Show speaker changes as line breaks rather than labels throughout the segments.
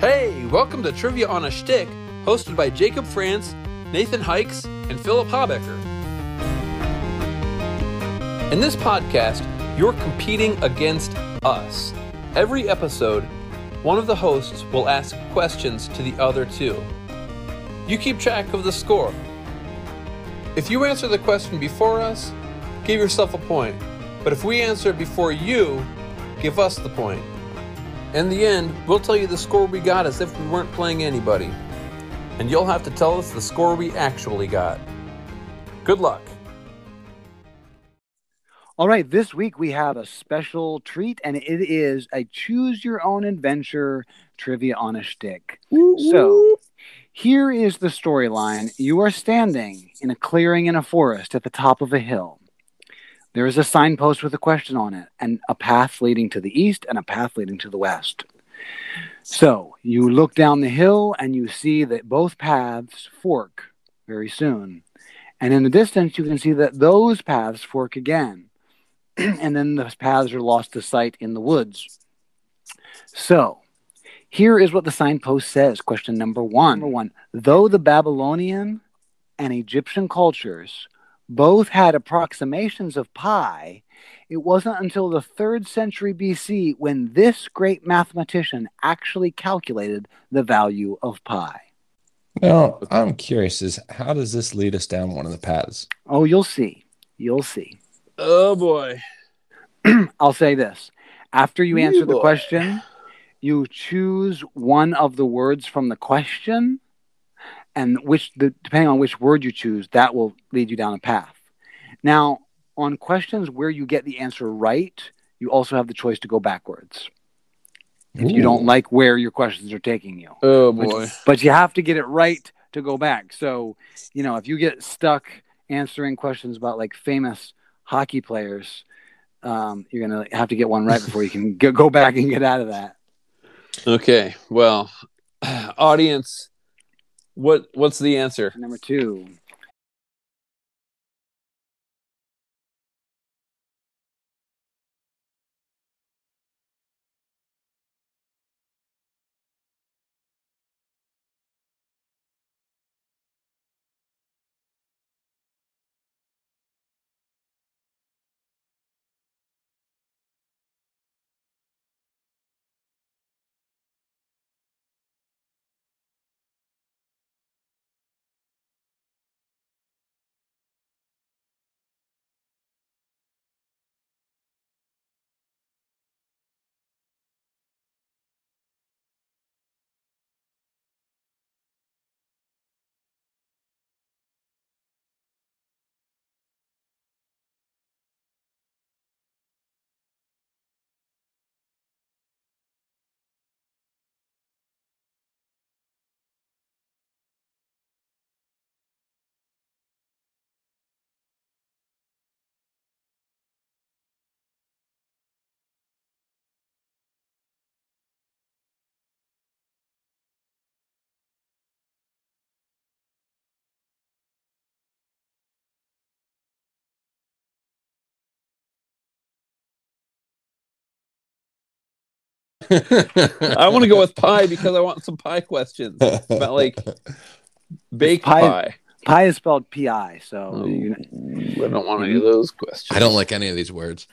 Hey, welcome to Trivia on a Shtick, hosted by Jacob France, Nathan Hikes, and Philip Habecker. In this podcast, you're competing against us. Every episode, one of the hosts will ask questions to the other two. You keep track of the score. If you answer the question before us, give yourself a point. But if we answer before you, give us the point. In the end, we'll tell you the score we got as if we weren't playing anybody. And you'll have to tell us the score we actually got. Good luck.
All right, this week we have a special treat, and it is a choose your own adventure trivia on a shtick. So, here is the storyline You are standing in a clearing in a forest at the top of a hill. There is a signpost with a question on it, and a path leading to the east and a path leading to the west. So, you look down the hill and you see that both paths fork very soon. And in the distance, you can see that those paths fork again and then the paths are lost to sight in the woods. So, here is what the signpost says. Question number one. Number one. Though the Babylonian and Egyptian cultures both had approximations of pi, it wasn't until the third century BC when this great mathematician actually calculated the value of pi.
Now, I'm curious is how does this lead us down one of the paths?
Oh, you'll see. You'll see.
Oh boy.
I'll say this. After you
Wee
answer the
boy.
question, you choose one of the words from the question, and which, the, depending on which word you choose, that will lead you down a path. Now, on questions where you get the answer right, you also have the choice to go backwards if you don't like where your questions are taking you.
Oh
But-
boy.
But you have to get it right to go back. So, you know, if you get stuck answering questions about like famous hockey players, um, you're going to have to get one right before you can go go back and get out of that.
Okay. Well, audience, what what's the answer?
Number two.
I want to go with pie because I want some pie questions. About like baked pie.
Pie- Pi is spelled PI. So,
Oh,
you know,
I don't want any of those questions.
I don't like any of these words.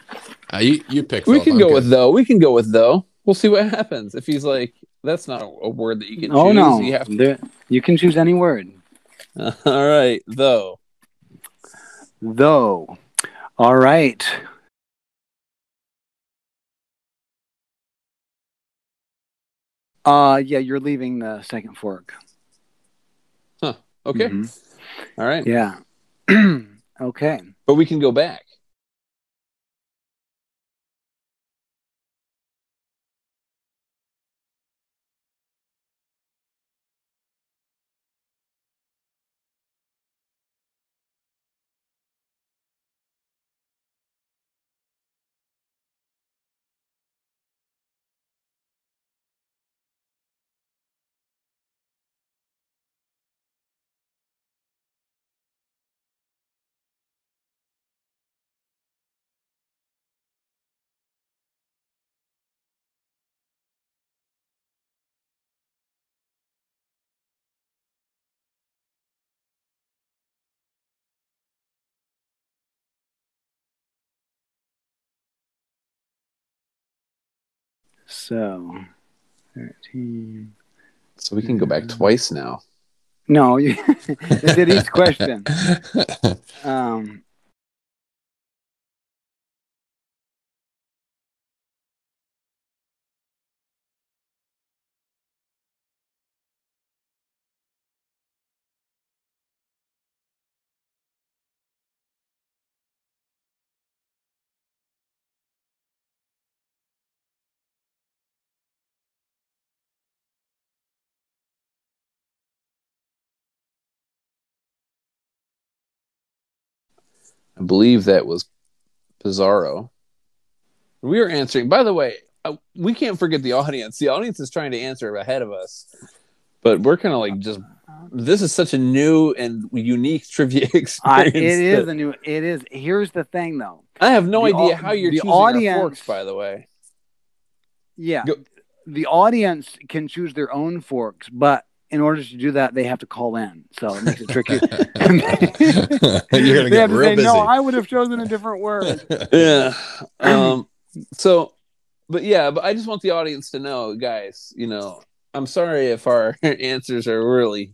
Uh, you you pick.
We
Philip,
can
I'm
go
good.
with though. We can go with though. We'll see what happens. If he's like, that's not a, a word that you can choose.
oh no.
You have to...
There- you can choose any word.
All right, though.
Though. All right. Uh, yeah, you're leaving the second fork.
Okay.
Mhm.
All right.
Yeah. okay.
But we can go back.
So, 13.
So we can go
Mm-hmm.
back twice now.
No, you did each question. Um,
I believe that was Pizarro. We are answering. By the way, uh, we can't forget the audience. The audience is trying to answer ahead of us, but we're kind of like just. This is such a new and unique trivia experience.
I, it is
that-
a new. It is. Here's the thing, though.
I have no
the au-
idea how you're
the
choosing your
audience-
forks. By the way,
Yeah,
Go-
the audience can choose their own forks, but in order to do that, they have to call in. So it makes it tricky.
You're gonna
They
get
have to
real
say,
busy.
No, I would have chosen a different word.
yeah. Um, so, but yeah, but I just want the audience to know, guys. You know, I'm sorry if our answers are really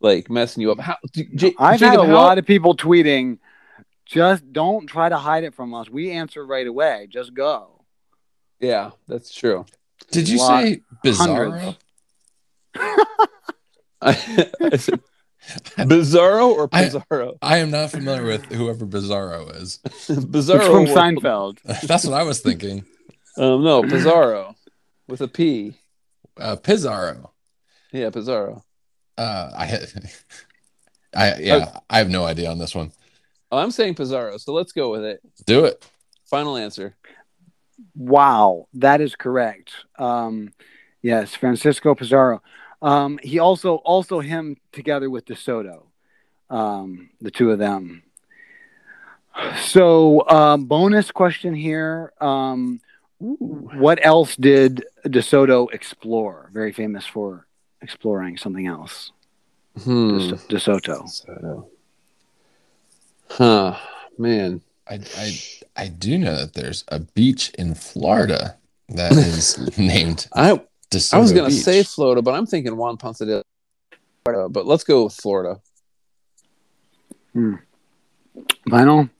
like messing you up. How, J- J-
I've
Jacob,
had a
how-
lot of people tweeting, just don't try to hide it from us. We answer right away. Just go.
Yeah, that's true.
Did you
lot-
say Bizarro?
hundreds.
I said, Bizarro or
I-
Pizarro?
I am not familiar with whoever Bizarro is.
It's
Bizarro
from
was-
Seinfeld.
That's what I was thinking.
Um, no, Pizarro with a P.
Uh, Pizarro.
Yeah, Pizarro.
Uh, I, had- I yeah, I have no idea on this one.
Oh, I'm saying Pizarro, so let's go with it.
Do it.
Final answer.
Wow, that is correct. Um, yes, Francisco Pizarro. Um, he also also him together with DeSoto, um, the two of them. So, um, bonus question here: um, What else did DeSoto explore? Very famous for exploring something else.
Hmm.
De DeSoto.
So, huh, man.
I, I I do know that there's a beach in Florida that is named
I
DeSoto
I was gonna
Beach.
say Florida, but I'm thinking Juan Ponce de Florida. But let's go with Florida.
Vinyl?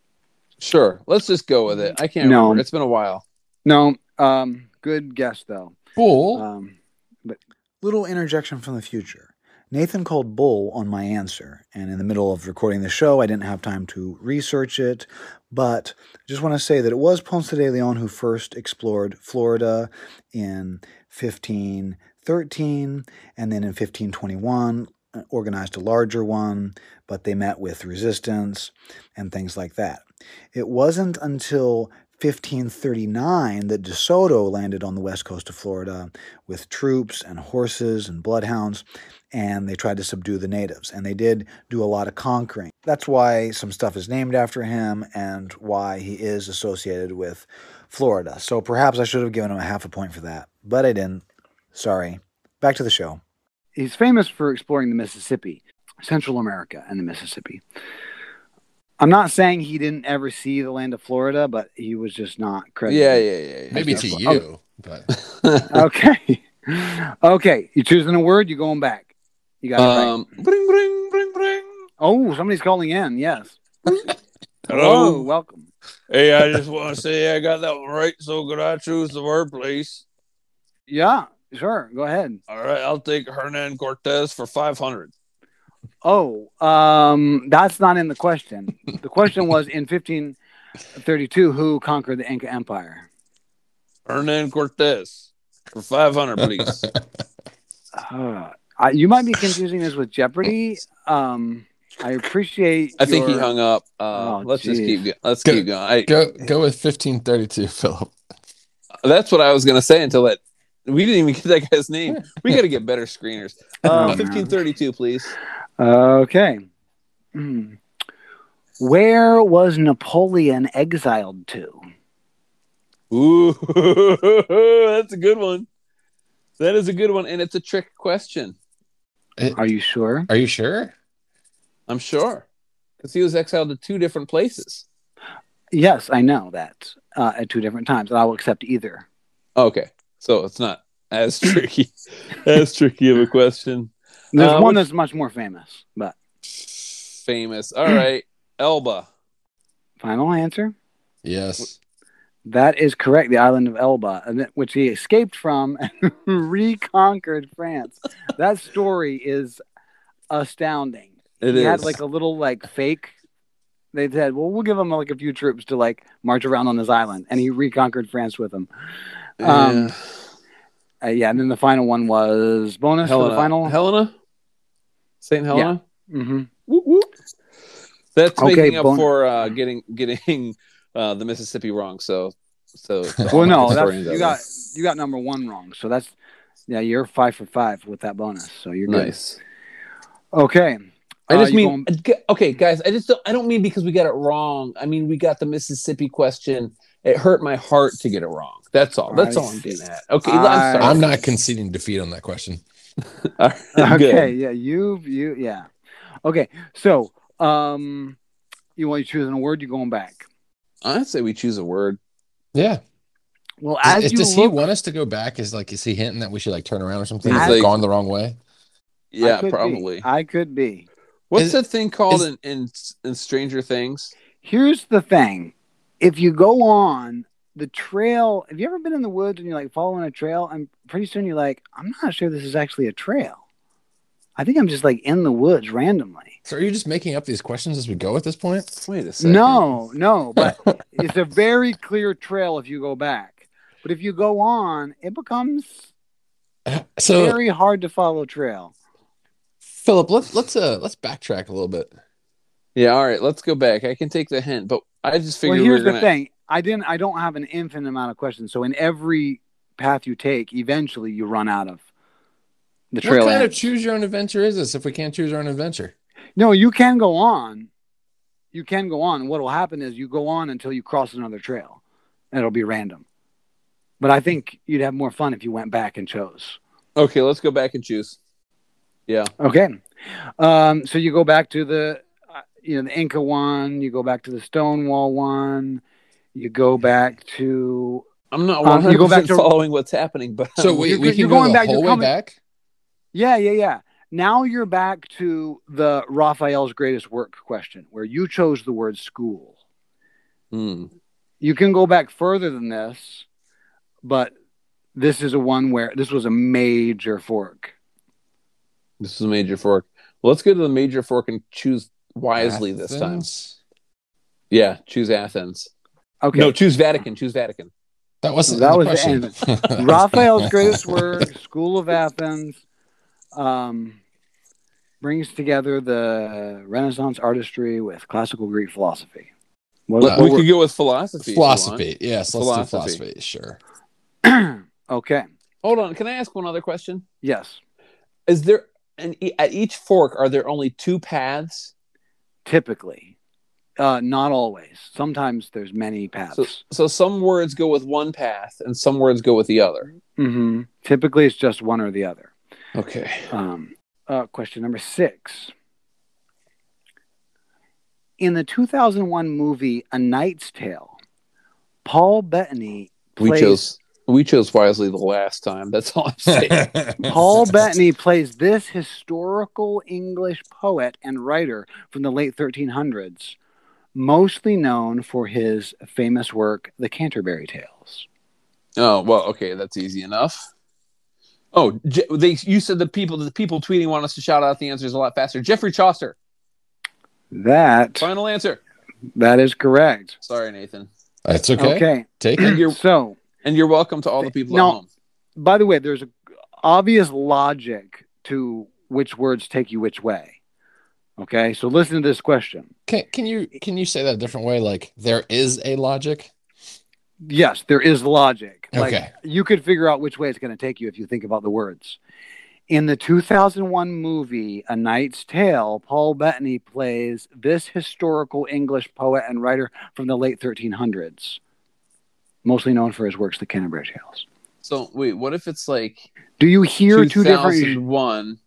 Sure, let's just go with it. I can't.
No.
remember. it's been a while.
No. Um, good guess though.
Bull.
Um,
Little interjection from the future. Nathan called bull on my answer, and in the middle of recording the show, I didn't have time to research it. But I just want to say that it was Ponce de Leon who first explored Florida in 1513, and then in 1521 uh, organized a larger one, but they met with resistance and things like that. It wasn't until 1539 that De Soto landed on the west coast of Florida with troops and horses and bloodhounds, and they tried to subdue the natives. And they did do a lot of conquering. That's why some stuff is named after him and why he is associated with Florida. So perhaps I should have given him a half a point for that, but I didn't. Sorry. Back to the show.
he's famous for exploring the Mississippi, Central America, and the Mississippi. I'm not saying he didn't ever see the land of Florida, but he was just not
Yeah,
credited.
yeah, yeah. yeah.
Maybe to
That's-
you, but
Yeah. Okay. okay. You choosing a word, you're going back. You got it right.
Um, bring, bring, bring, bring.
Oh, somebody's calling in. Yes.
Hello?
Oh, welcome.
Hey, I just want to say I got that one right. So could I choose the word, please?
Yeah, sure. Go ahead.
All right, I'll take Hernan Cortez for five hundred.
Oh, um, that's not in the question. The question was in 1532, who conquered the Inca Empire?
Hernan Cortez for five hundred, please.
Uh, I, you might be confusing this with Jeopardy. Um, I appreciate.
I think he
your-
hung up. Uh,
Oh,
let's just
geez.
keep. go- Let's
Go-
keep going. I,
go go with 1532, Philip.
That's what I was gonna say until that. We didn't even get that guy's name. We got to get better screeners.
Oh,
Uh,
man.
Fifteen thirty-two, please.
Okay. Hmm. Where was Napoleon exiled to?
Ooh, that's a good one. That is a good one, and it's a trick question.
It-
Are you sure?
are you sure?
I'm sure, because he was exiled to two different places.
Yes, I know that uh, at two different times, and I will accept either.
Okay, So it's not as tricky, as tricky of a question.
There's
Uh,
one
what's-
that's much more famous, but
Famous. All right, Elba.
final answer.
Yes.
That is correct. The island of Elba, and that- which he escaped from and reconquered France. That story is astounding.
It
he
is
had like um, a little like fake. They said, "Well, we'll give him like a few troops to like march around on this island," and he reconquered France with them. um,
Yeah.
Uh, yeah, and then the final one was bonus for
Helena.
the final.
Helena. Saint Helena.
Mhm.
Whoop, whoop. That's
Okay,
making up
bon-
for uh, getting getting uh, the Mississippi wrong. So so.
Well, no, that's,
historians out
you got you got number one wrong. So that's yeah, you're five for five with that bonus. So you're
there.
good.
nice.
Okay.
I
Uh,
just
you
mean
going-
okay, guys. I just don't. I don't mean because we got it wrong. I mean we got the Mississippi question. It hurt my heart to get it wrong. That's all. That's
I
all I'm getting at. Okay,
I-
I'm sorry.
I'm
uh,
not conceding defeat on that question.
All right, good.
okay. Yeah, you you yeah. Okay. So um, you want you choosing a word? You're going back.
I'd say we choose a word.
Yeah.
Well,
Is-
as
is-
you
does
look,
he want us to go back? Is like is he hinting that we should like turn around or something?
He's
We've
like-
gone the wrong
I
way.
Yeah,
could be.
probably.
I could be.
What's
Is-
that thing called
is-
in, in in Stranger Things?
Here's the thing: if you go on the trail, have you ever been in the woods and you're like following a trail, and pretty soon you're like, I'm not sure this is actually a trail. I think I'm just like in the woods randomly.
So are you just making up these questions as we go at this point?
Wait a second.
No, no, but it's a very clear trail if you go back. But if you go on, it becomes
So
very hard to follow trail.
Philip, let's let's uh let's backtrack a little bit.
Yeah. All right. Let's go back. I can take the hint, but I just
Well,
figured we
here's
were gonna.
the thing: I didn't. I don't have an infinite amount of questions, so in every path you take, eventually you run out of the
What
trail.
kind
end.
of choose your own adventure is this if we can't choose our own adventure?
No, you can go on. You can go on. What will happen is you go on until you cross another trail, and it'll be random. But I think you'd have more fun if you went back and chose.
Okay, let's go back and choose. Yeah.
Okay, um, so you go back to the, uh, you know, the Inca one. You go back to the Stonewall one. You go back to
I'm not
Um,
100
you go back to-
following what's happening, but
So we,
you're
we
go-
can
you're
go
going
the
back, you're
whole way
coming-
back.
yeah, yeah, yeah. Now you're back to the Raphael's greatest work question, where you chose the word school.
Hmm.
you can go back further than this, but this is a one where this was a major fork.
this is a major fork. Well, let's go to the major fork and choose wisely this time.
Athens?
Yeah, choose Athens.
Okay.
No, choose Vatican. Choose Vatican.
That wasn't
That
the
was the
question.
Raphael's greatest work, School of Athens, um, brings together the Renaissance artistry with classical Greek philosophy. What-
Let-
Uh,
we
what
could go with philosophy. if you want.
philosophy. Yes, let's do
Philosophy.
philosophy. Sure.
were- okay.
Hold on. Can I ask one other question?
Yes.
Is there an e- at each fork are there only two paths?
Typically, uh, not always. Sometimes there's many paths.
So, so some words go with one path and some words go with the other.
Mhm. Typically, it's just one or the other.
Okay.
Um, uh, question number six. In the 2001 movie A Knight's Tale, Paul Bettany
We
plays
chose we chose wisely the last time. That's all I'm saying.
Paul Bettany plays this historical English poet and writer from the late 1300s, mostly known for his famous work The Canterbury Tales.
oh well, okay, that's easy enough. Oh, Je- they you said the people the people tweeting want us to shout out the answers a lot faster. Jeffrey Chaucer,
That
final answer.
that is correct.
Sorry, Nathan,
That's Uh, okay.
Okay.
Take
and
it.
you're
So,
and you're welcome to all the people
No.
at home.
by the way, there's a obvious logic to which words take you which way. Okay, so listen to this question.
Can, can you can you say that a different way? Like there is a logic.
Yes, there is logic. Like
Okay.
you could figure out which way it's going to take you if you think about the words. In the 2001 movie A Knight's Tale, Paul Bettany plays this historical English poet and writer from the late 1300s, mostly known for his works The Canterbury Tales.
So wait, what if it's like
Do you hear two different
2001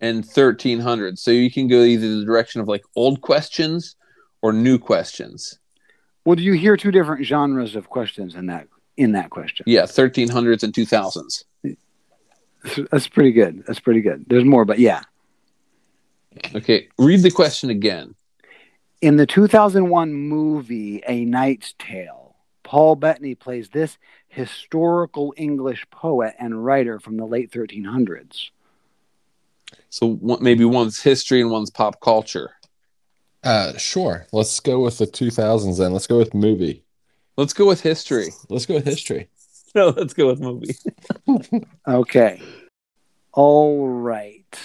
and 1300? So you can go either the direction of like old questions or new questions.
Well, do you hear two different genres of questions in that in that question.
Yeah, 1300s and 2000s.
That's pretty good. That's pretty good. There's more, but yeah.
Okay, read the question again.
In the 2001 movie A Knight's Tale, Paul Bettany plays this historical English poet and writer from the late 1300s.
So one, maybe one's history and one's pop culture.
Uh, sure. Let's go with the 2000s then. Let's go with movie.
Let's go with history.
Let's go with history.
No, let's go with movie.
Okay. All right.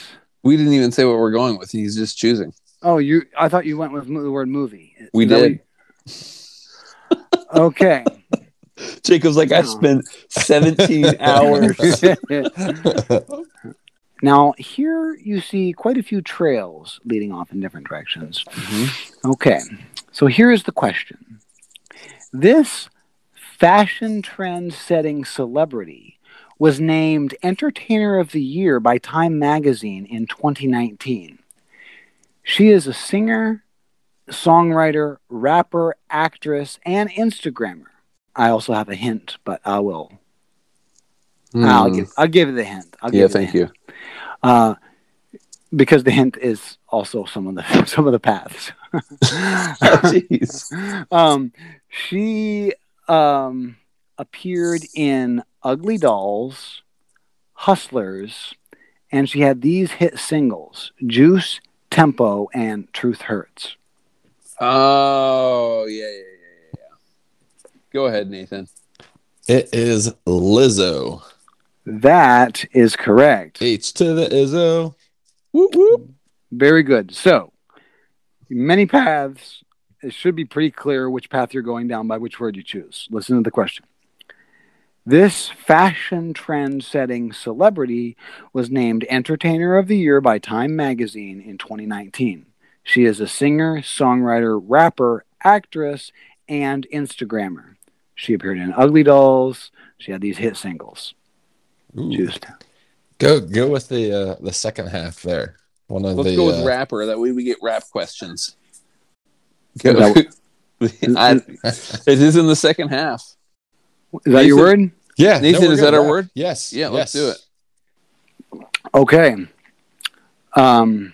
We didn't even say what we're going with. He's just choosing.
Oh, you I thought you went with mo- the word movie.
We
Is that what
did.
you- Okay.
Jacob's like, I
No.
spent 17 hours.
now, here you see quite a few trails leading off in different directions.
Mm-hmm.
Okay, so here is the question This fashion trend setting celebrity was named Entertainer of the Year by Time Magazine in 2019. She is a singer, songwriter, rapper, actress, and Instagrammer. I also have a hint, but I will Hmm. I'll give I'll give you the hint. I'll give
Mm-hmm. yeah, thank
the hint.
you.
Uh, because the hint is also some of the some of the paths.
Jeez.
um, she um, appeared in Ugly Dolls, Hustlers, and she had these hit singles: Juice, Tempo, and Truth Hurts.
Oh, yeah, yeah, yeah, yeah, yeah. Go ahead, Nathan.
It is Lizzo.
That is correct.
H to the Izzo.
Whoop, whoop.
Very good. So, many paths. It should be pretty clear which path you're going down by which word you choose. Listen to the question. This fashion trend setting celebrity was named Entertainer of the Year by Time Magazine in 2019. She is a singer, songwriter, rapper, actress, and Instagrammer. She appeared in Ugly Dolls. She had these hit singles.
Ooh.
Just
Go go with the uh, the second half there. One of
Let's
the
go with
uh,
rapper. That way we get rap questions.
Is that-
I- it is in the second half.
is that your word?
yeah.
Nathan,
we're
is
good,
that our
yeah.
word?
Yes.
Yeah, let's
yes.
do it.
Okay. Um,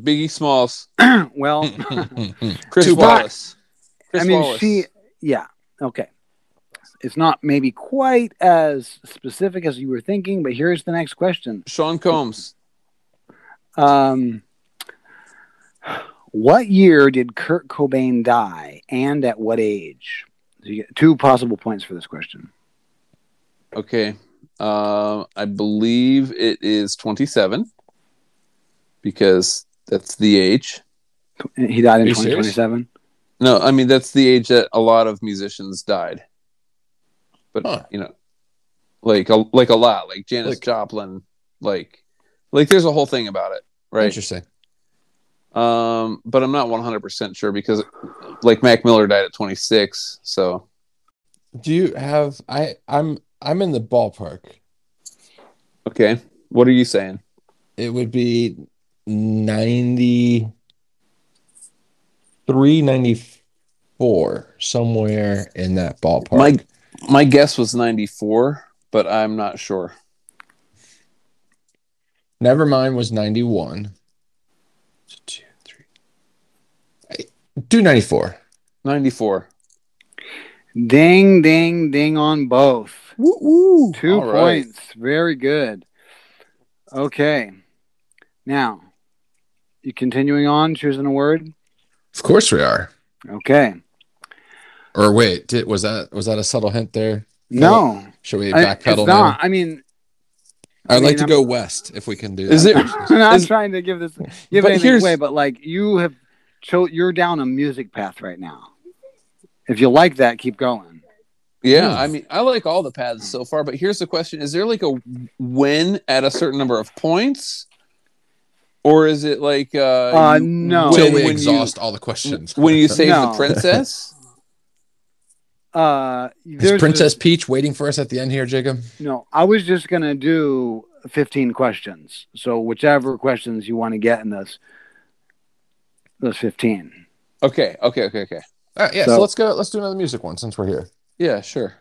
Biggie Smalls,
well,
Chris
Tupac.
Wallace. Chris
I mean,
Wallace.
she, yeah, okay. It's not maybe quite as specific as you were thinking, but here's the next question.
Sean Combs.
Um, what year did Kurt Cobain die and at what age? So you get two possible points for this question.
Okay. Um, I believe it is 27 because that's the age.
He died in
Are you serious?
2027.
No, I mean, that's the age that a lot of musicians died. But,
Huh.
you know, like a, like a lot, like Janis
Like-
Joplin, like, like there's a whole thing about it, right?
Interesting.
Um, but I'm not 100% sure because like Mac Miller died at 26. So
Do you have I I'm I'm in the ballpark.
Okay. What are you saying?
It would be 93, 94, somewhere in that ballpark.
My my guess was 94, but I'm not sure.
Nevermind was 91. So two, three. I- Do 94.
94.
Ding, ding, ding on both.
Woo woo.
Two points. Very good. Okay. Now, you continuing on, choosing a word?
Of course we are.
Okay.
Or wait, did, was that was that a subtle hint there?
No,
Should we
I-
backpedal
it's
now?
not. I mean,
I'd
I mean,
like to
I'm-
go west if we can do
Is it-
that.
I'm not
It's-
trying to give this give
But
anything
here's-
away, but like you have, cho- you're down a music path right now. If you like that, keep going.
Yeah,
Hmm.
I mean, I like all the paths so far, but here's the question: Is there like a win at a certain number of points, or is it like uh,
Uh,
you
no.
Until
win
we
when you-
exhaust all the questions.
when you save
No.
the princess?
Uh,
Is
there's
Princess Peach waiting for us at the end here, Jacob?
no, I was just gonna do 15 questions. So whichever questions you want to get in those, those 15.
Okay, okay, okay, okay.
All right, Uh, yeah.
So-
so let's go. Let's do another music one since we're here.
Yeah, sure.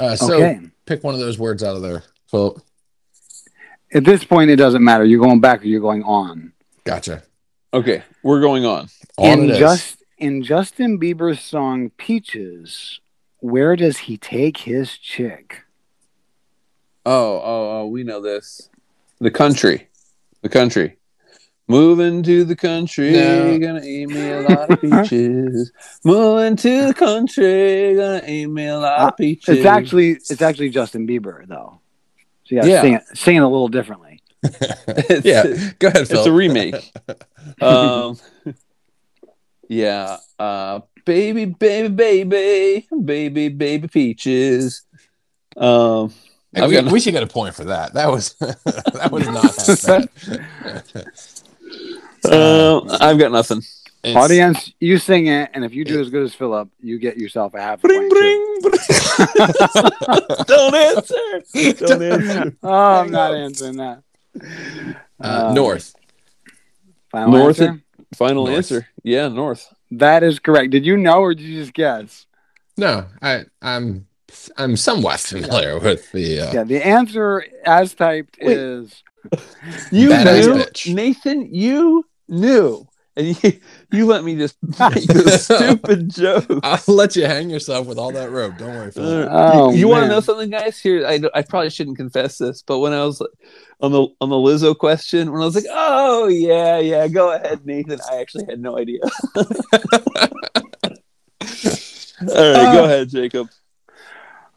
Uh, so
okay.
pick one of those words out of there. Well,
At this point, it doesn't matter. You're going back or you're going on.
gotcha.
Okay, we're going on.
On
in
it is.
just in Justin Bieber's song "Peaches," where does he take his chick?
Oh, oh, oh, we know this. The country. The country. Moving to the country,
No.
gonna eat me a lot of peaches. Moving to the country, gonna eat me a lot
Uh,
of peaches.
It's actually it's actually Justin Bieber though. So you gotta
Yeah.
sing it, sing it a little differently.
It's-
yeah, go ahead, Phil.
it's a remake. um, yeah. Uh, baby, baby, baby, baby, baby peaches. Um,
Hey,
I've
we,
got-
we should get a point for that. That was that was not that bad.
uh, I've got nothing.
It's-
Audience, you sing it, and if you do as good as Philip, you get yourself a half. a
Bring,
point, too.
bring, bring. Don't answer. Don't answer.
Oh, I'm not answering that.
Uh, north.
Final
North
answer?
Final
North.
answer. Yeah, North.
That is correct. Did you know or did you just guess?
No, I I'm I'm somewhat familiar with the uh,
Yeah, the answer as typed
Wait.
is
You
Badass
knew,
bitch.
Nathan. You knew, and you, you let me just make this stupid joke.
I'll let you hang yourself with all that rope. Don't worry, Phil.
Oh,
you want to
man.
know something, guys? Here, I, I probably shouldn't confess this, but when I was on the on the Lizzo question, when I was like, "Oh yeah, yeah, go ahead, Nathan," I actually had no idea. All right, go ahead, Jacob.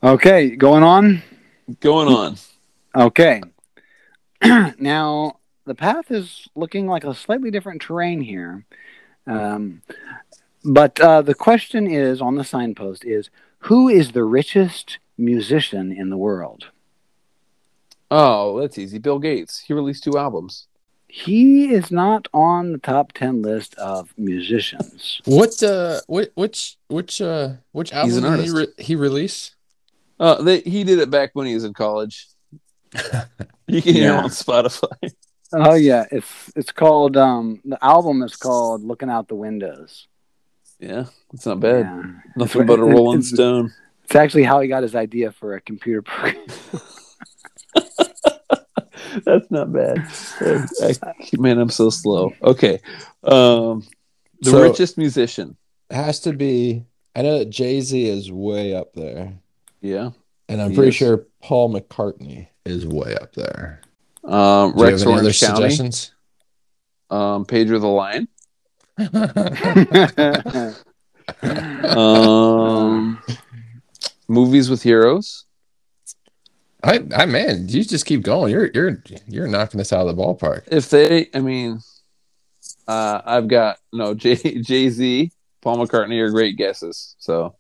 Okay, going on.
Going on.
Okay. now, the path is looking like a slightly different terrain here. Um, but uh, the question is on the signpost is who is the richest musician in the world?
Oh, that's easy. Bill Gates. He released two albums.
He is not on the top 10 list of musicians.
What uh what which which uh which album
He's an
did he, re- he release?
Uh, they, he did it back when he was in college. you can hear
Yeah.
him on Spotify.
Oh yeah, it's it's called um the album is called Looking Out the Windows.
Yeah, it's not bad.
Yeah.
Nothing but a
It's-
Rolling
it's-
Stone.
It's actually how he got his idea for a computer program.
That's not bad. I, I- man, I'm so slow. Okay. Um, the
So-
richest musician.
It has to be I know that Jay-Z is way up there.
Yeah.
And I'm
He
pretty
is.
sure Paul McCartney is way up there.
Um,
Do you have
Rex
any other
Orange County.
suggestions?
Um, Pedro the Lion.
I
Um, movies with heroes.
I man, you just keep going. You're you're you're knocking this out of the ballpark.
If they, I mean, uh, I've got no Jay Jay Z, Paul McCartney are great guesses. So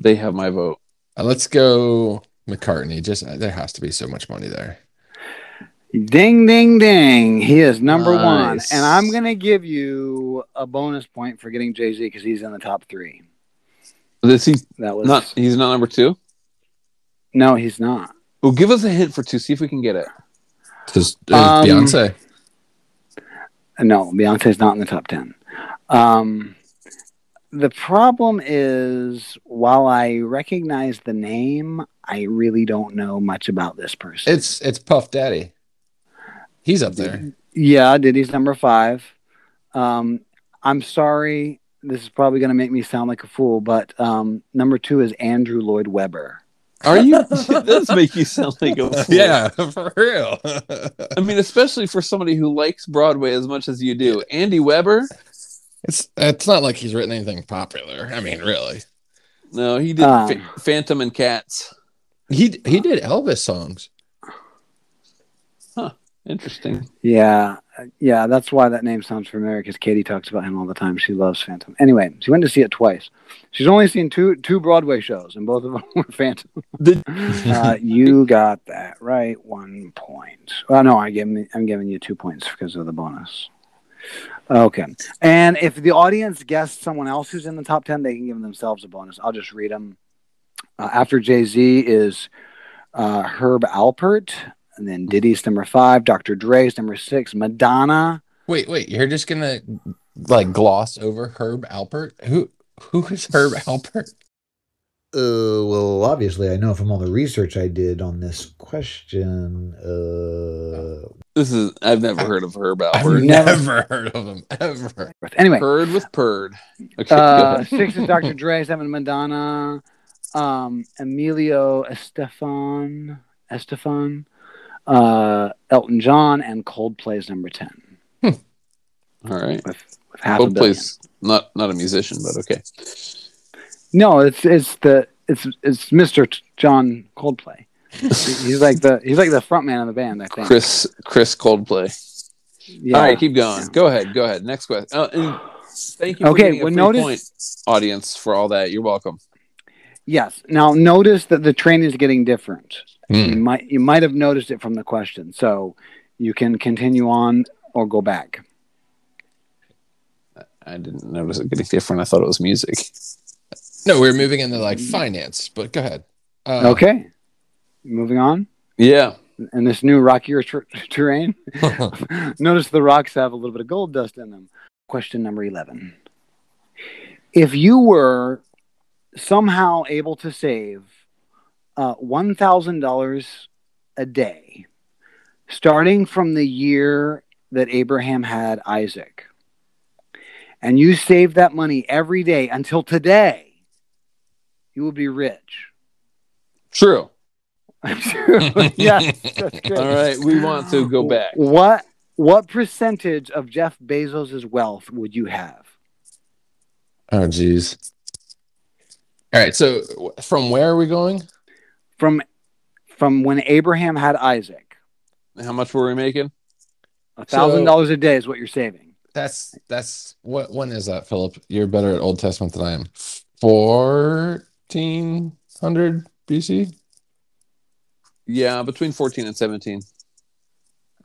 they have my vote.
Uh, let's go McCartney. Just uh, there has to be so much money there.
ding ding ding. He is number one.
Nice.
And I'm gonna give you a bonus point for getting Jay Z because he's in the top three.
Is he
That was
not? He's not number two.
no, he's not.
Well, give us a hint for two. See if we can get it.
Just
Um,
uh, Beyonce.
No, Beyonce's not in the top ten. Um the problem is while I recognize the name, I really don't know much about this person.
It's it's Puff Daddy. He's up there.
Yeah, Diddy's number five. Um, I'm sorry, this is probably going to make me sound like a fool, but um, number two is Andrew Lloyd Webber.
Are you? it does make you sound like a fool.
Yeah, for real.
I mean, especially for somebody who likes Broadway as much as you do. Andy Weber?
it's it's not like he's written anything popular. I mean, really.
No, he did
Ah.
Ph- Phantom and Cats.
He he did Elvis songs.
Interesting.
Yeah, yeah, that's why that name sounds familiar because Katie talks about him all the time. She loves Phantom. Anyway, she went to see it twice. She's only seen two two Broadway shows, and both of them were Phantom.
Did-
uh, you got that right. One point. Well, no, I give me, I'm giving you two points because of the bonus. Okay. And if the audience guessed someone else who's in the top 10, they can give themselves a bonus. I'll just read them. Uh, after Jay Z is uh, Herb Alpert, and then Diddy's number five, Dr. Dre's number six, Madonna.
Wait, wait, you're just gonna like gloss over Herb Alpert? Who who is Herb Alpert?
Uh, well, obviously, I know from all the research I did on this question. Uh,
This is I've never heard of Herb
I've
Alpert.
never,
never-
heard of him ever.
Anyway,
Purred with purred. Okay, go
uh,
ahead.
six is Dr. Dre, seven Madonna, um, Emilio Estefan, Estefan, uh, Elton John, and Coldplay's number ten
All right.
with with half a
Hope
billion.
plays Oh, not not a musician, but okay.
No, it's it's the it's it's Mr. T- John Coldplay. he's like the he's like the front man of the band. I think.
Chris Chris Coldplay.
yeah.
All right, keep going.
Yeah.
Go ahead. Go ahead. Next question. Oh, and thank you. For
Okay,
getting a
well,
free
notice-
point, audience for all that. You're welcome.
Yes. Now notice that the train is getting different. You
Hmm.
might you might have noticed it from the question, so you can continue on or go back.
I didn't notice it getting different. I thought it was music.
No, we're moving into like finance, but go ahead. Uh,
okay. Moving on
Yeah.
in this new rockier ter- terrain. Notice the rocks have a little bit of gold dust in them. Question number 11. If you were somehow able to save uh, $1,000 a day, starting from the year that Abraham had Isaac, and you saved that money every day until today, you would be rich.
True.
yes, that's good.
All right. We want to go back.
What what percentage of Jeff Bezos' wealth would you have?
Oh, geez. All right. So, w- from where are we going?
From from when Abraham had Isaac.
How much were we making?
A thousand dollars a day is what you're saving.
That's that's what when is that, Philip? You're better at Old Testament than I am. Fourteen hundred BC.
Yeah, between 14 and 17.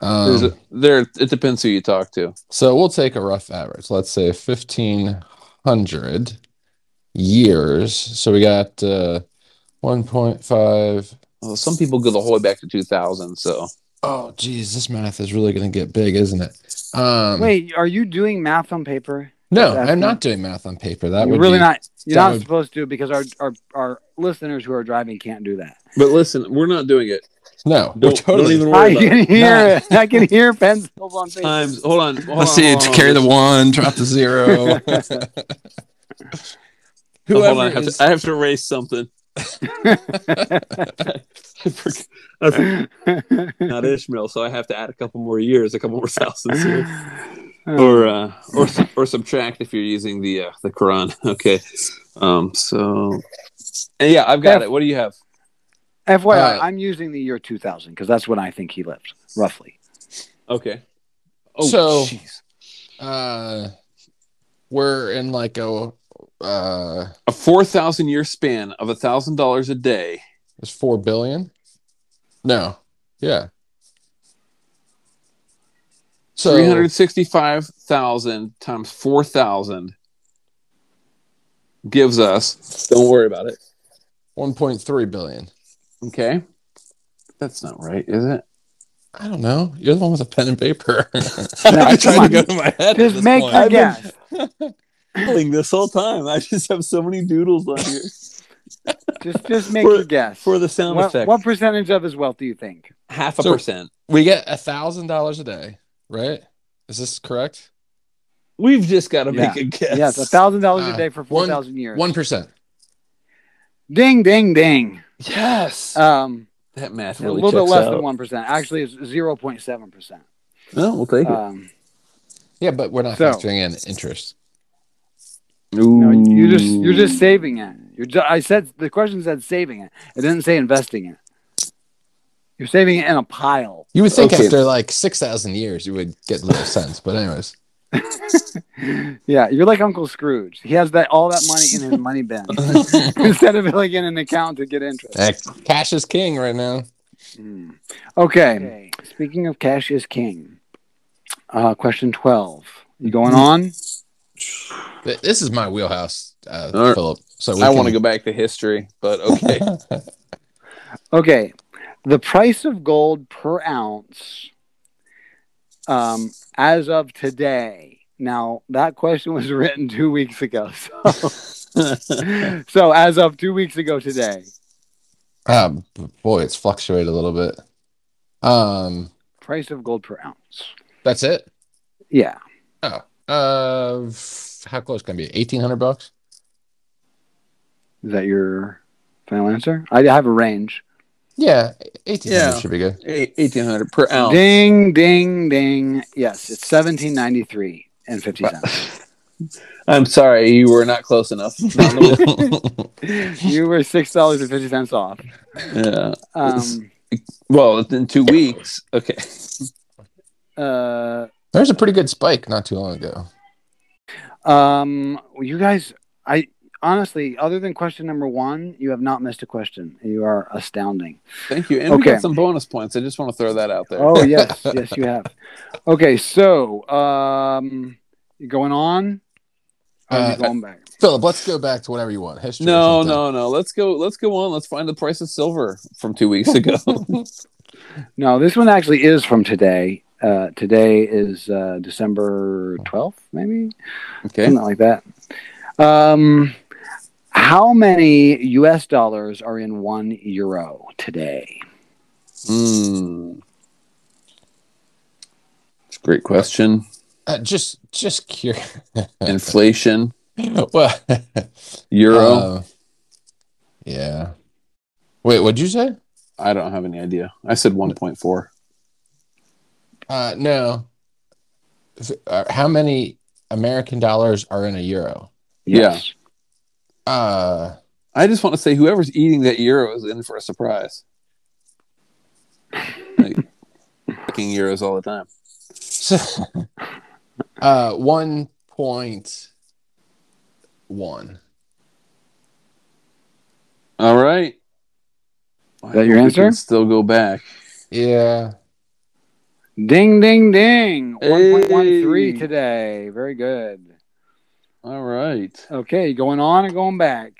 There's
Um,
a, there. It depends who you talk to.
so we'll take a rough average. Let's say fifteen hundred years. So we got uh, one point five.
Well, some people go the whole way back to 2000. So
Oh, geez, this math is really going to get big, isn't it? Um,
Wait, are you doing math on paper?
no,
that's
I'm
not-
not doing math on paper. That
you're
would
really
be-
not you're
that
not
would-
supposed to because our, our our listeners who are driving can't do that.
But listen, we're not doing it.
No, we're
Don't,
totally.
don't even
I
worry about it.
can hear it. I can hear pencils on paper.
times. Hold on. Hold
Let's
on,
see.
hold
To
on,
carry the
hold
one, drop the zero.
on. Oh, Hold on. I
Whoever
have,
is,
to, I have to erase something. I forgot- I forgot- not Ishmael, so I have to add a couple more years, a couple more thousands, here. or uh, or su- or subtract if you're using the uh, the Quran. Okay, um, so and yeah, I've got it. What do you have?
FYI,
uh,
I'm using the year 2000 because that's when I think he lived, roughly.
Okay. Oh,
So-
jeez.
uh, we're in like a uh,
a four thousand year span of a thousand dollars a day.
it's four billion. No, yeah. So
Three hundred sixty-five thousand times four thousand gives us. Don't worry about it.
one point three billion.
Okay, that's not right, is it?
I don't know. You're the one with a pen and paper.
come
I'm trying to
on.
go to my head.
Just
at this
make
point.
your
I've been-
guess.
Doodling this whole time. I just have so many doodles on here
Just just make
For-
your guess.
for the sound
what,
effect.
what percentage of his wealth do you think?
Half a
So-
percent.
we get a thousand dollars a day, right? Is this correct?
We've just got to
Yeah.
make a guess.
Yes, a thousand dollars a
Uh,
day for four
one-
thousand years.
One percent.
Ding, ding, ding.
Yes.
Um,
that math
a
really
little bit
checks
less
out.
than one percent. Actually, it's zero point seven percent.
No, we'll take
Um,
Yeah, but we're not
So-
factoring in interest.
no, you just you're just saving it. You're ju- I said the question said saving it. It didn't say investing it. You're saving it in a pile.
You would think
Okay.
after like six thousand years, you would get little sense. But anyways,
Yeah, you're like Uncle Scrooge. He has that all that money in his money bin instead of like in an account to get interest.
eh, cash is king right now.
Mm. Okay. Speaking of cash is king. Uh, question twelve. You going on?
Th- This is my wheelhouse, uh,
All right.
Philip. So we
I
can-
want to go back to history, but okay.
Okay. The price of gold per ounce, um, as of today. Now that question was written two weeks ago, so so as of two weeks ago today,
Um, boy, it's fluctuated a little bit. Um,
price of gold per ounce.
that's it.
Yeah.
Uh, f- how close can it be? Eighteen hundred bucks.
Is that your final answer? I have a range.
Yeah, eighteen hundred
Yeah.
should be good.
Eight- 1800 per ounce.
Ding, ding, ding. Yes, it's seventeen ninety three and fifty cents.
I'm sorry, you were not close enough. Not really.
you were six dollars and fifty cents off.
yeah.
Um,
Well, in two weeks. Okay.
uh,
There's a pretty good spike not too long ago.
um, you guys, I honestly, other than question number one, you have not missed a question. You are astounding.
Thank you. And we
Okay.
got some bonus points. I just want to throw that out there.
Oh yes, yes you have. Okay, so um, you going on? Or are you
Uh,
going back?
Philip, let's go back to whatever you want. History. or
No,
something.
no, no. Let's go. Let's go on. Let's find the price of silver from two weeks ago.
No, this one actually is from today. Uh, today is uh, December twelfth, maybe.
okay.
something like that. Um, how many U.S. dollars are in one euro today?
Mm. It's a great question.
Uh, just, just curious.
Inflation,
well,
euro.
uh, yeah. Wait, what'd you say?
I don't have any idea. I said one point four.
Uh, no. F- uh, How many American dollars are in a euro? Uh,
I just want to say whoever's eating that euro is in for a surprise. Like, fucking euros all the time.
so, uh, one point one.
All right. Is
that your answer?
Still go back.
Yeah.
Ding, ding, ding.
Hey.
1.13 today. Very good.
All right.
Okay, going on and going back.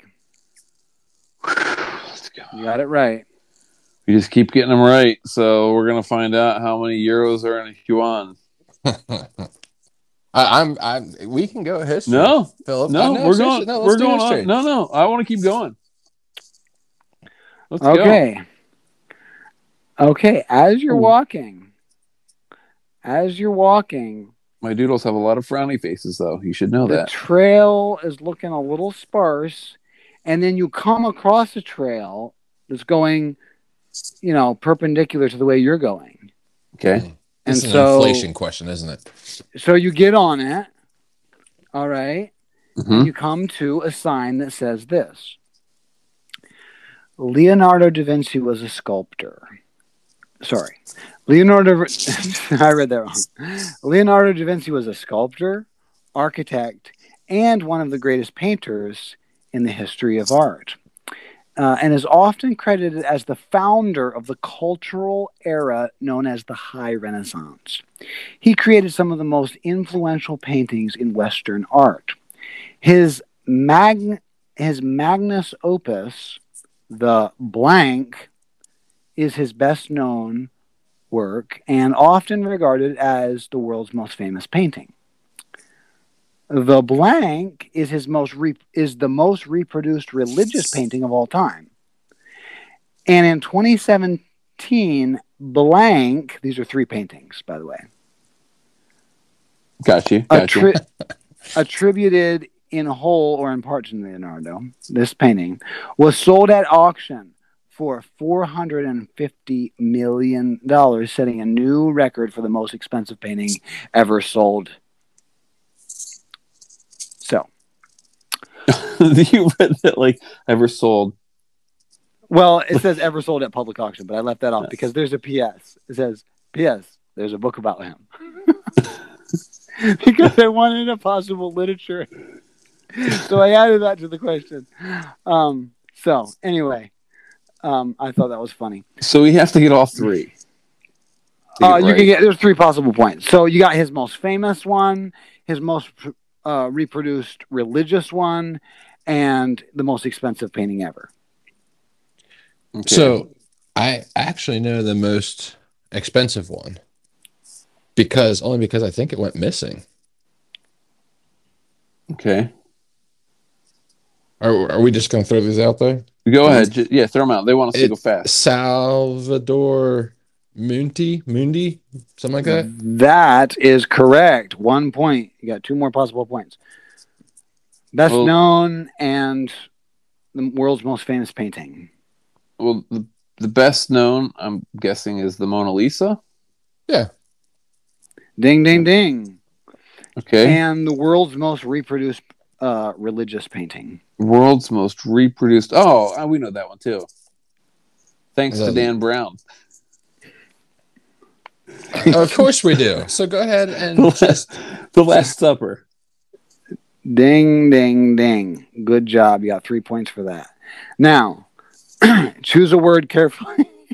Let's go.
You got it right.
We just keep getting them right. So we're gonna find out how many euros are in a yuan.
I, I'm. I'm. We can go history.
No,
Philip.
no,
Uh,
we're
seriously,
going.
no, let's
we're
do
going
history.
on. No, no, I want to keep going. Let's go.
Okay. Okay, as you're
Ooh.
walking, as you're walking,
My doodles have a lot of frowny faces, though. You should know
the
that.
trail is looking a little sparse and then you come across a trail that's going you know perpendicular to the way you're going
Okay.
and
This is an
so
inflation question, isn't it?
so you get on it all right,
Mhm.
you come to a sign that says this leonardo da vinci was a sculptor sorry leonardo i read that wrong leonardo da vinci was a sculptor architect and one of the greatest painters in the history of art, uh, and is often credited as the founder of the cultural era known as the High Renaissance. He created some of the most influential paintings in Western art. His, mag- his magnus opus, the blank, is his best known work and often regarded as the world's most famous painting. The blank is his most re- is the most reproduced religious painting of all time. And in 2017, blank, these are three paintings by the way,
Got you. Got you.
attri- attributed in whole or in part to Leonardo, this painting was sold at auction for 450 million dollars, setting a new record for the most expensive painting ever sold. So
you read that like ever sold.
Well, it says ever sold at public auction, but I left that off because there's a PS. It says PS. There's a book about him because I wanted a possible literature, so I added that to the question. Um, so anyway, um, I thought that was funny.
So we have to get all three. To
Uh,
get
You
right.
can get there's three possible points. So you got his most famous one, his most uh, reproduced religious one, and the most expensive painting ever.
Okay.
So I actually know the most expensive one because only because I think it went missing.
okay.
Are, are we just going to throw these out there?
Go ahead. Ju- yeah, throw them out. They want us to go
It-
fast.
Salvador Munti, Mundi, something like that.
That is correct. One point. You got two more possible points. Best
Well-
known and the world's most famous painting.
Well, the, the best known, I'm guessing, is the Mona Lisa.
Ding, ding, ding.
Okay.
And the world's most reproduced uh, religious painting.
World's most reproduced. Oh, uh, we know that one too. Thanks to
Um,
Dan Brown.
of course we do. So go ahead
The
and
last, the last Supper.
Ding, ding, ding. Good job. You got three points for that. Now, choose a word carefully.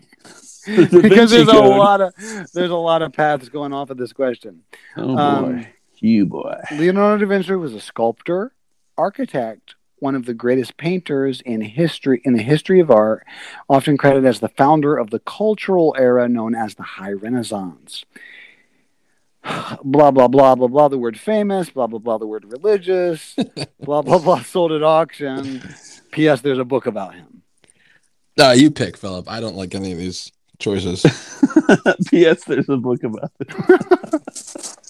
The Da
because
Vinci
there's a
Code.
lot of there's a lot of paths going off of this question.
Oh boy,
Um,
you boy.
Leonardo da Vinci was a sculptor, architect, one of the greatest painters in history in the history of art, often credited as the founder of the cultural era known as the High Renaissance. blah blah blah blah blah the word famous, blah blah blah the word religious, blah blah blah sold at auction. PS there's a book about him.
no, you pick Philip. I don't like any of these choices.
P.S. There's a book about it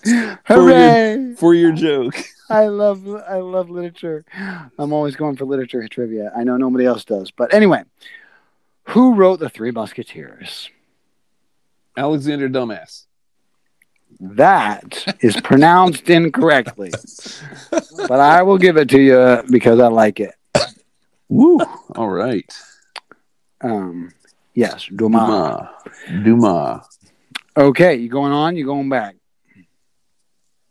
your-
Hooray!
for your joke.
I love I love literature. I'm always going for literature trivia. I know nobody else does. But anyway, who wrote The Three Musketeers?
Alexander Dumbass.
That is pronounced incorrectly. But I will give it to you because I like it.
Woo. All right.
Um, yes, Dumas.
Dumas. Dumas.
Okay, you going on? You going back?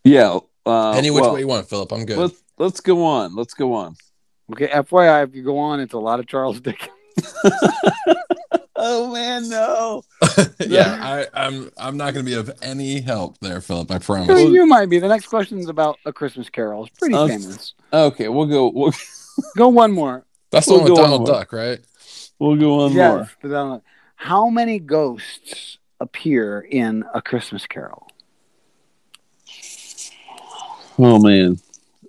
Yeah. Uh,
any which
well,
way you want, Philip. I'm good.
Let's let's go on. Let's go on.
Okay, FYI, if you go on, it's a lot of Charles Dickens.
Oh man, no.
yeah, I, I'm. I'm not going to be of any help there, Philip. I
I mean,
promise.
you might be. The next question is about A Christmas Carol. It's pretty
Uh,
famous.
Okay, we'll go. We'll,
Go one more.
That's the
We'll
one with
go on
Donald
more.
Duck, right?
we'll go on more.
but I don't know. How many ghosts appear in A Christmas Carol?
Oh man.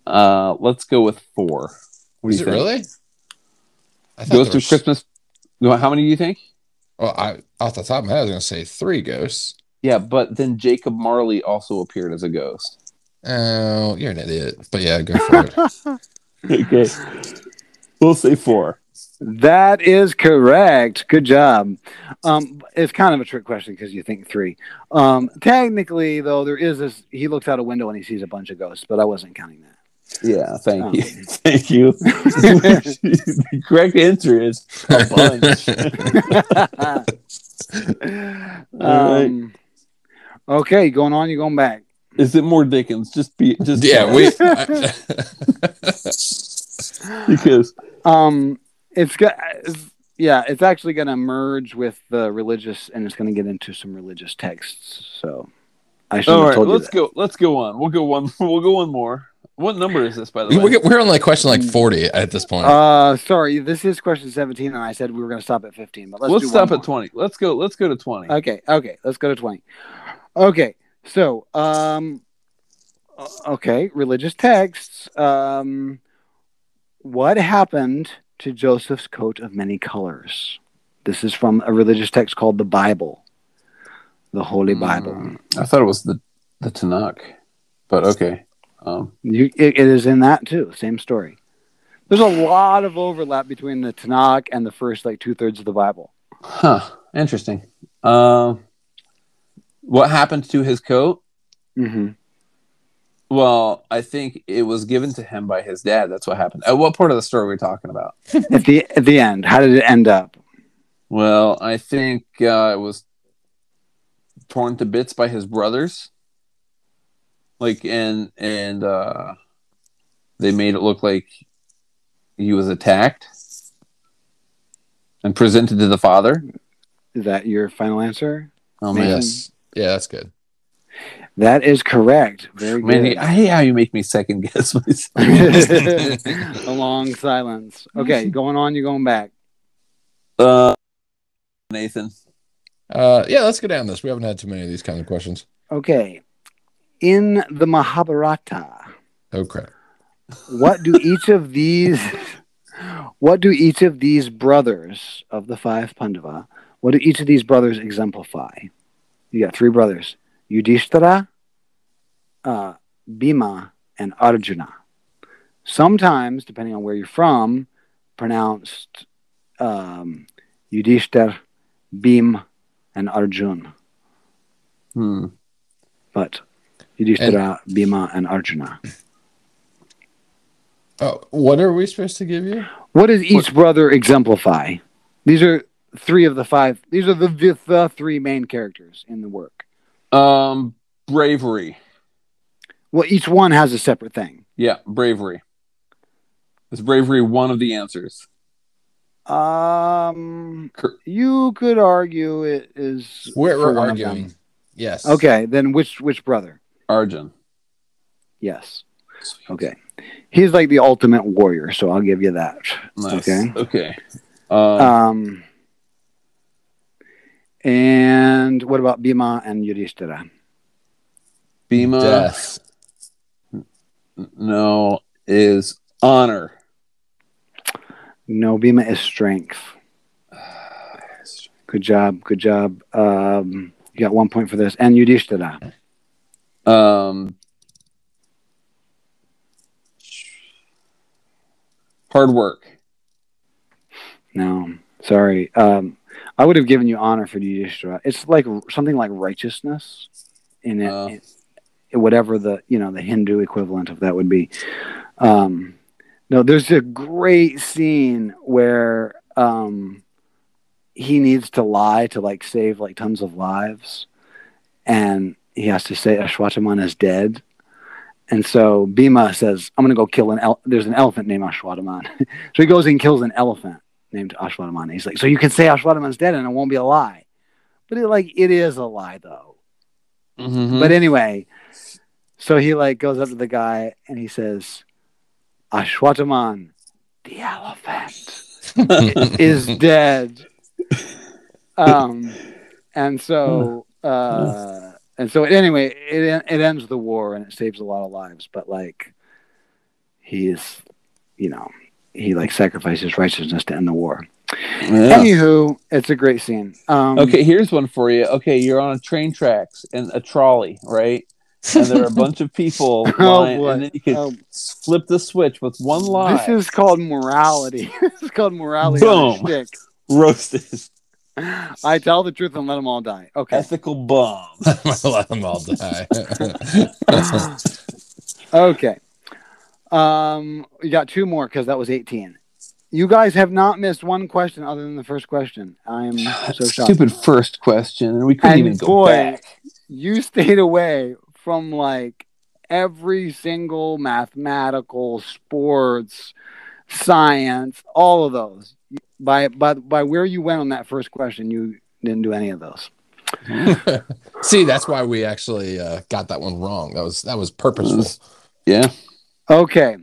Uh, let's go with four. What do
Is
you
it
think?
really? I thought
Goes
there
through
was-
Christmas. No, How many do you think?
Well, I off the top of my head, I was going to say three ghosts.
Yeah, but then Jacob Marley also appeared as a ghost.
Oh, you're an idiot. But yeah, go for it.
Okay. We'll say four.
That is correct. Good job. Um, it's kind of a trick question because you think three. Um, technically, though, there is this. He looks out a window and he sees a bunch of ghosts, but I wasn't counting that.
Yeah, thank
Oh.
you. Thank you. the correct answer is a bunch.
um, Okay, going on, you're going back.
Is it more Dickens? Just be just
yeah, we.
because
Um, it's got. it's- Yeah, it's actually going to merge with the religious, and it's going to get into some religious texts. So, I should
all
have
right,
told you
let's go let's go on. We'll go one we'll go one more. What number is this by the way?
we're, we're on like question like forty at this point.
Uh, sorry, this is question 17, and I said we were going to stop at 15, but let's,
Let's,
do
stop
one
at twenty. Let's go let's go to twenty.
more. Okay, okay, let's go to 20. Okay, so, um, uh, okay, religious texts. Um, what happened to Joseph's coat of many colors? This is from a religious text called the Bible, the Holy Bible.
Mm, I thought it was the the Tanakh. But okay. Um
You, it, it is in that too. Same story. There's a lot of overlap between the Tanakh and the first like two thirds of the Bible.
huh, interesting. Um what happened to his coat?
Mm-hmm.
Well, I think it was given to him by his dad. That's what happened. At what part of the story are we talking about?
at the at the end how did it end up
Well, I think uh, it was torn to bits by his brothers. Like and and uh, they made it look like he was attacked and presented to the father.
is that your final answer
Oh man,
yes. Yeah, that's good.
that is correct very
man, I hate how you make me second guess myself.
good a long silence okay going on you're going back
Uh, Nathan,
Uh, yeah, let's go down this. We haven't had too many of these kinds of questions.
okay in the mahabharata
Oh crap!
what do each of these What do each of these brothers of the five Pandava, what do each of these brothers exemplify? You got three brothers Yudhishthira, uh, Bhima, and Arjuna. Sometimes, depending on where you're from, pronounced um, Yudhishthir, Bhim, and Arjun.
Hmm.
But Yudhishthira, Bhima, and Arjuna.
Oh, what are we supposed to give you?
What does each brother exemplify? These are three of the five. These are the, the, the three main characters in the work.
Um, bravery.
Well, each one has a separate thing.
Yeah, bravery. Is bravery one of the answers?
Um,
Cor-
you could argue it is.
We're,
for
we're
one of them.
arguing. Yes.
Okay, then which which brother?
Arjun.
Yes.
Sweet.
Okay. He's like the ultimate warrior, so I'll give you that.
Nice.
Okay.
Okay. Uh,
Um, and what about Bhima and Yudhishthira?
Bhima.
Death.
n- No, is honor.
No, Bhima is strength. Good job. Good job. Um, you got one point for this. And Yudhishthira.
Um, hard work.
No, sorry. Um, I would have given you honor for Yudhishthira. It's like something like righteousness in it,
Oh.
in- whatever the you know the Hindu equivalent of that would be. Um, no, there's a great scene where um, he needs to lie to like save like tons of lives, and he has to say Ashwataman is dead. And so Bhima says, "I'm going to go kill an el- there's an elephant named Ashwataman." so he goes and kills an elephant named Ashwataman. He's like, "So you can say Ashwataman's dead, and it won't be a lie." But it like it is a lie though.
Mm-hmm.
But anyway, so he like goes up to the guy and he says, Ashwataman, the elephant, is dead. Um, and so, uh, and so anyway, it it ends the war and it saves a lot of lives. But like, he is, you know, he like sacrifices righteousness to end the war.
Yeah.
Anywho, it's a great scene. Um,
Okay, here's one for you. Okay, you're on a train tracks and a trolley, right? And there are a bunch of people,
Oh,
lying,
boy.
and then you can
Oh.
flip the switch with one lie.
This is called morality. this is called morality. on a
Boom.
stick.
Roasted,
I tell the truth and let them all die. Okay.
ethical bomb.
I'm gonna let them all die.
okay. Um, you got two more because that was 18. You guys have not missed one question other than the first question. I'm so shocked.
Stupid first question, and we couldn't even
And
go
boy,
back.
you stayed away from like every single mathematical, sports, science, all of those. By by by where you went on that first question, you didn't do any of those.
See, that's why we actually uh, got that one wrong. That was that was purposeful.
Mm.
Yeah,
Okay.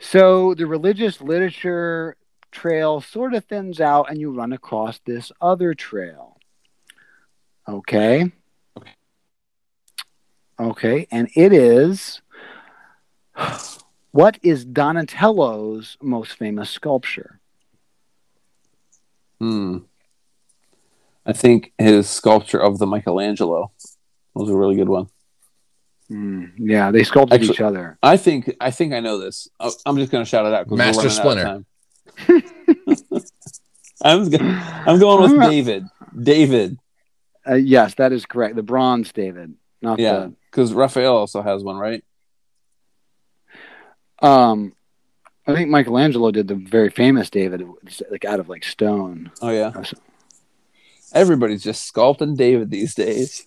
So the religious literature trail sort of thins out and you run across this other trail. Okay. Okay. And it is what is Donatello's most famous sculpture?
hmm. I think his sculpture of the Michelangelo was a really good one.
Hmm, yeah, they sculpted
Actually-
each other.
I think I think I know this. I- I'm just going to shout it out. 'cause we're
Master
running out of
Splinter.
time. I'm go- I'm going with David. David.
Uh, yes, that is correct. The bronze David, not
Yeah, because Raphael also has one, right?
the. Um, I think Michelangelo did the very famous David, like out of like stone.
Oh yeah.
Yes.
Everybody's just sculpting David these days.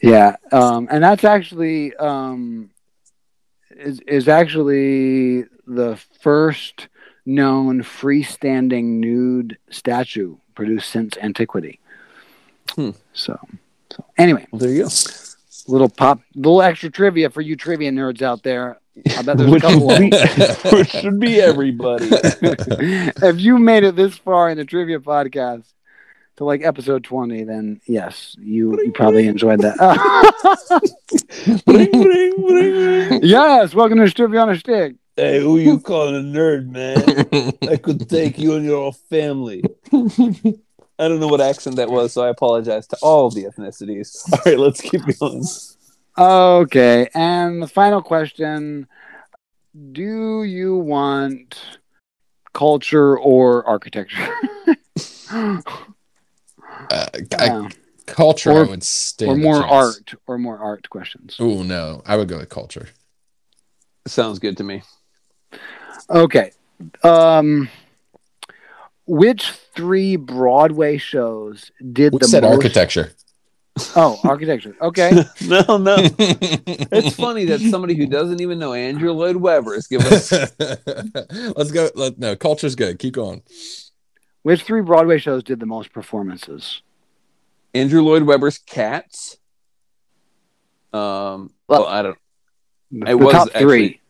Yeah, um, and that's actually um, is is actually the first known freestanding nude statue produced since antiquity.
Hmm.
So, so anyway,
Well, there you go.
little pop, little extra trivia for you trivia nerds out there. I bet there's a
Which
couple. of
would
them.
be- which should be everybody.
if you made it this far in the trivia podcast to like episode twenty, then yes, you, you probably enjoyed that.
Bring, bring, bring, bring.
yes, welcome to Strip on a Stick.
Hey, who you calling a nerd, man? I could take you and your whole family.
I don't know what accent that was, so I apologize to all the ethnicities. All right, let's keep going.
Okay, and the final question Do you want culture or architecture?
Uh, I-
No.
culture,
Or-
I would stay.
or more art, or more art questions.
Oh no, I would go with culture.
Sounds good to me.
Okay. Um, which three Broadway shows did
Who
the
said
most?
architecture?
Oh, architecture. Okay.
No, no. It's
it's
funny that somebody who doesn't even know Andrew Lloyd Webber is giving us.
Let's go. Let, no, culture's good. Keep going.
which three Broadway shows did the most performances?
Andrew Lloyd Webber's Cats. Um, well, I don't.
The,
It was
top
actually-
three.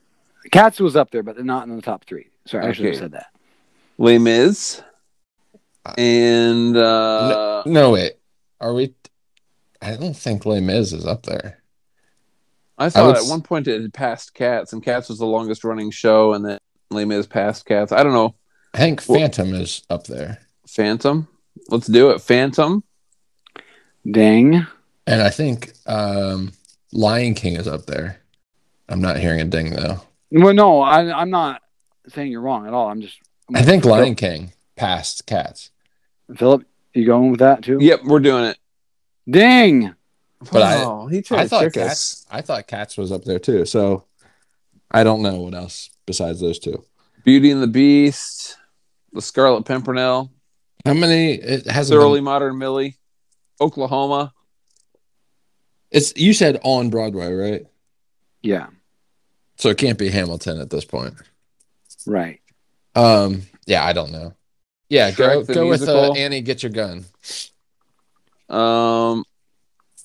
Cats was up there, but not in the top three. Sorry, I should have
Okay.
said that.
Les Mis. And uh,
No wait, are we? I don't think Les Mis is up there.
I thought
would
at
s-
one point it had passed Cats, and Cats was the longest running show, and then Les Mis passed Cats. I don't know.
I think
Well-
Phantom is up there,
Phantom. Let's do it. Phantom.
Ding.
and I think um, Lion King is up there. I'm not hearing a ding though.
Well, no, I, I'm not saying you're wrong at all. I'm just
I think Lion King passed Cats,
Philip. You going with that too?
Yep, we're doing it.
Ding.
But I-
Wow, he tried
I
to
thought
trick
Cats. I thought Cats was up there too. So I don't know what else besides those two.
us. Beauty and the Beast, The Scarlet Pimpernel,
How many? It hasn't.
Thoroughly
been-
Modern Millie, Oklahoma.
it's you said on Broadway, right?
Yeah.
So it can't be Hamilton at this point.
Right.
Um. Yeah, I don't know. Yeah, go
Shrek the
go with
Musical.
uh, Annie. Get your gun.
Um,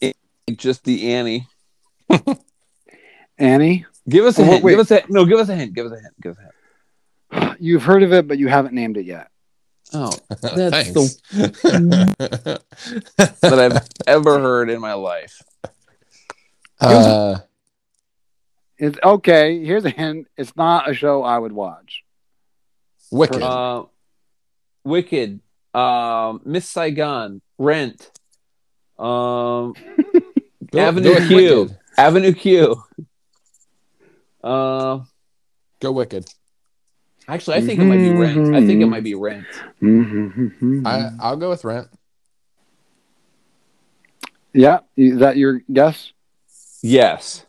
it- just the Annie.
Annie,
Give us a
Oh,
hint.
wait.
Give us a no. Give us a hint. Give us a hint. Give us a hint.
you've heard of it, but you haven't named it yet.
Oh,
That's
the-
the.
that I've ever heard in my life.
uh,
It's okay. Here's a hint. It's not a show I would watch.
Wicked.
Uh, Wicked, um, Miss Saigon, Rent, um,
Go-
Avenue
go with
Q.
Wicked.
Avenue Q. Uh,
Go Wicked.
actually, I think it might be Rent. I think it might be Rent.
Mm-hmm.
I I'll go with Rent.
yeah, is that your guess?
Yes.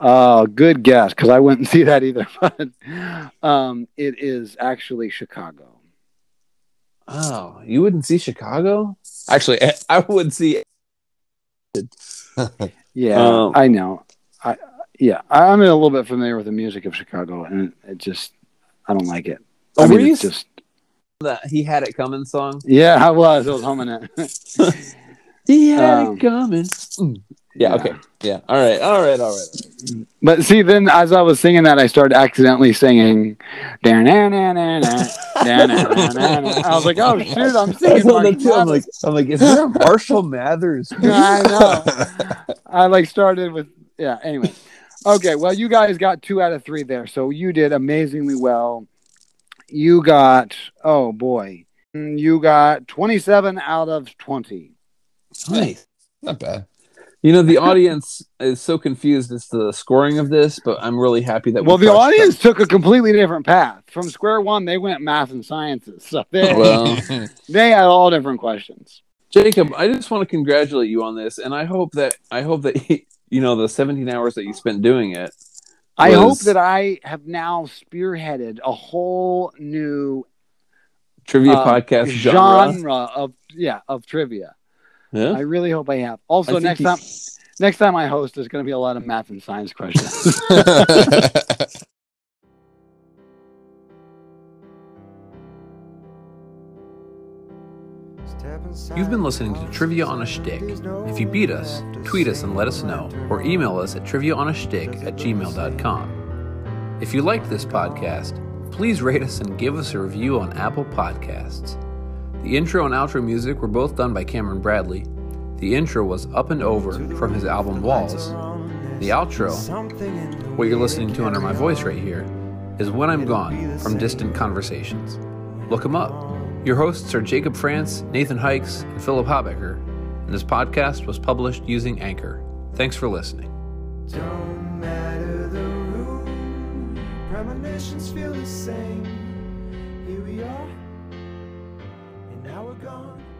Uh, good guess, because I wouldn't see that either. But um, it is actually Chicago.
Oh, you wouldn't see Chicago? Actually, I- I would see.
Yeah,
Um,
I know. I yeah, I- I'm a little bit familiar with the music of Chicago, and it, it just I don't like it. I
Oh,
mean,
were you
it's just
that he had it coming song?
yeah, I was I was humming it.
He had
Um,
it coming. Mm. Yeah, Okay. Yeah. All right. All right. All right.
But see, then as I was singing that, I started accidentally singing. "Da-na-na-na-na, da-na-na-na-na." I was like, oh, shoot, I'm
That's
singing.
one
Marty
of the two. I'm
Robbins.
like, I'm like, is there a Marshall Mathers?
I know. I like started with, yeah, anyway. Okay, well, you guys got two out of three there. So you did amazingly well. You got, oh boy, Mm, you got 27 out of 20.
Nice.
Not bad.
You know, the audience is so confused as to the scoring of this, but I'm really happy that. we
Well, the
crushed
audience took a completely different path. From square one, they went math and sciences. So they,
them. Well,
they had all different questions.
Jacob, I just want to congratulate you on this, and I hope that I hope that you know the 17 hours that you spent doing it.
I
was
hope that I have now spearheaded a whole new
trivia
uh,
podcast
genre.
genre.
of yeah of trivia.
Yeah.
I really hope I have. Also,
I think
next
he-
time next time I host, there's going to be a lot of math and science questions.
You've been listening to Trivia on a Shtick. If you beat us, tweet us and let us know, or email us at triviaonashtick at gmail.com. If you liked this podcast, please rate us and give us a review on Apple Podcasts. The intro and outro music were both done by Cameron Bradley. The intro was Up and Over from his album Walls. The outro, what you're listening to under my voice right here, is When I'm Gone from Distant Conversations. Look him up. Your hosts are Jacob France, Nathan Hikes, and Philip Habecker, and this podcast was published using Anchor. Thanks for listening.
Don't matter the room, premonitions feel the same. Here we are, and now we're gone.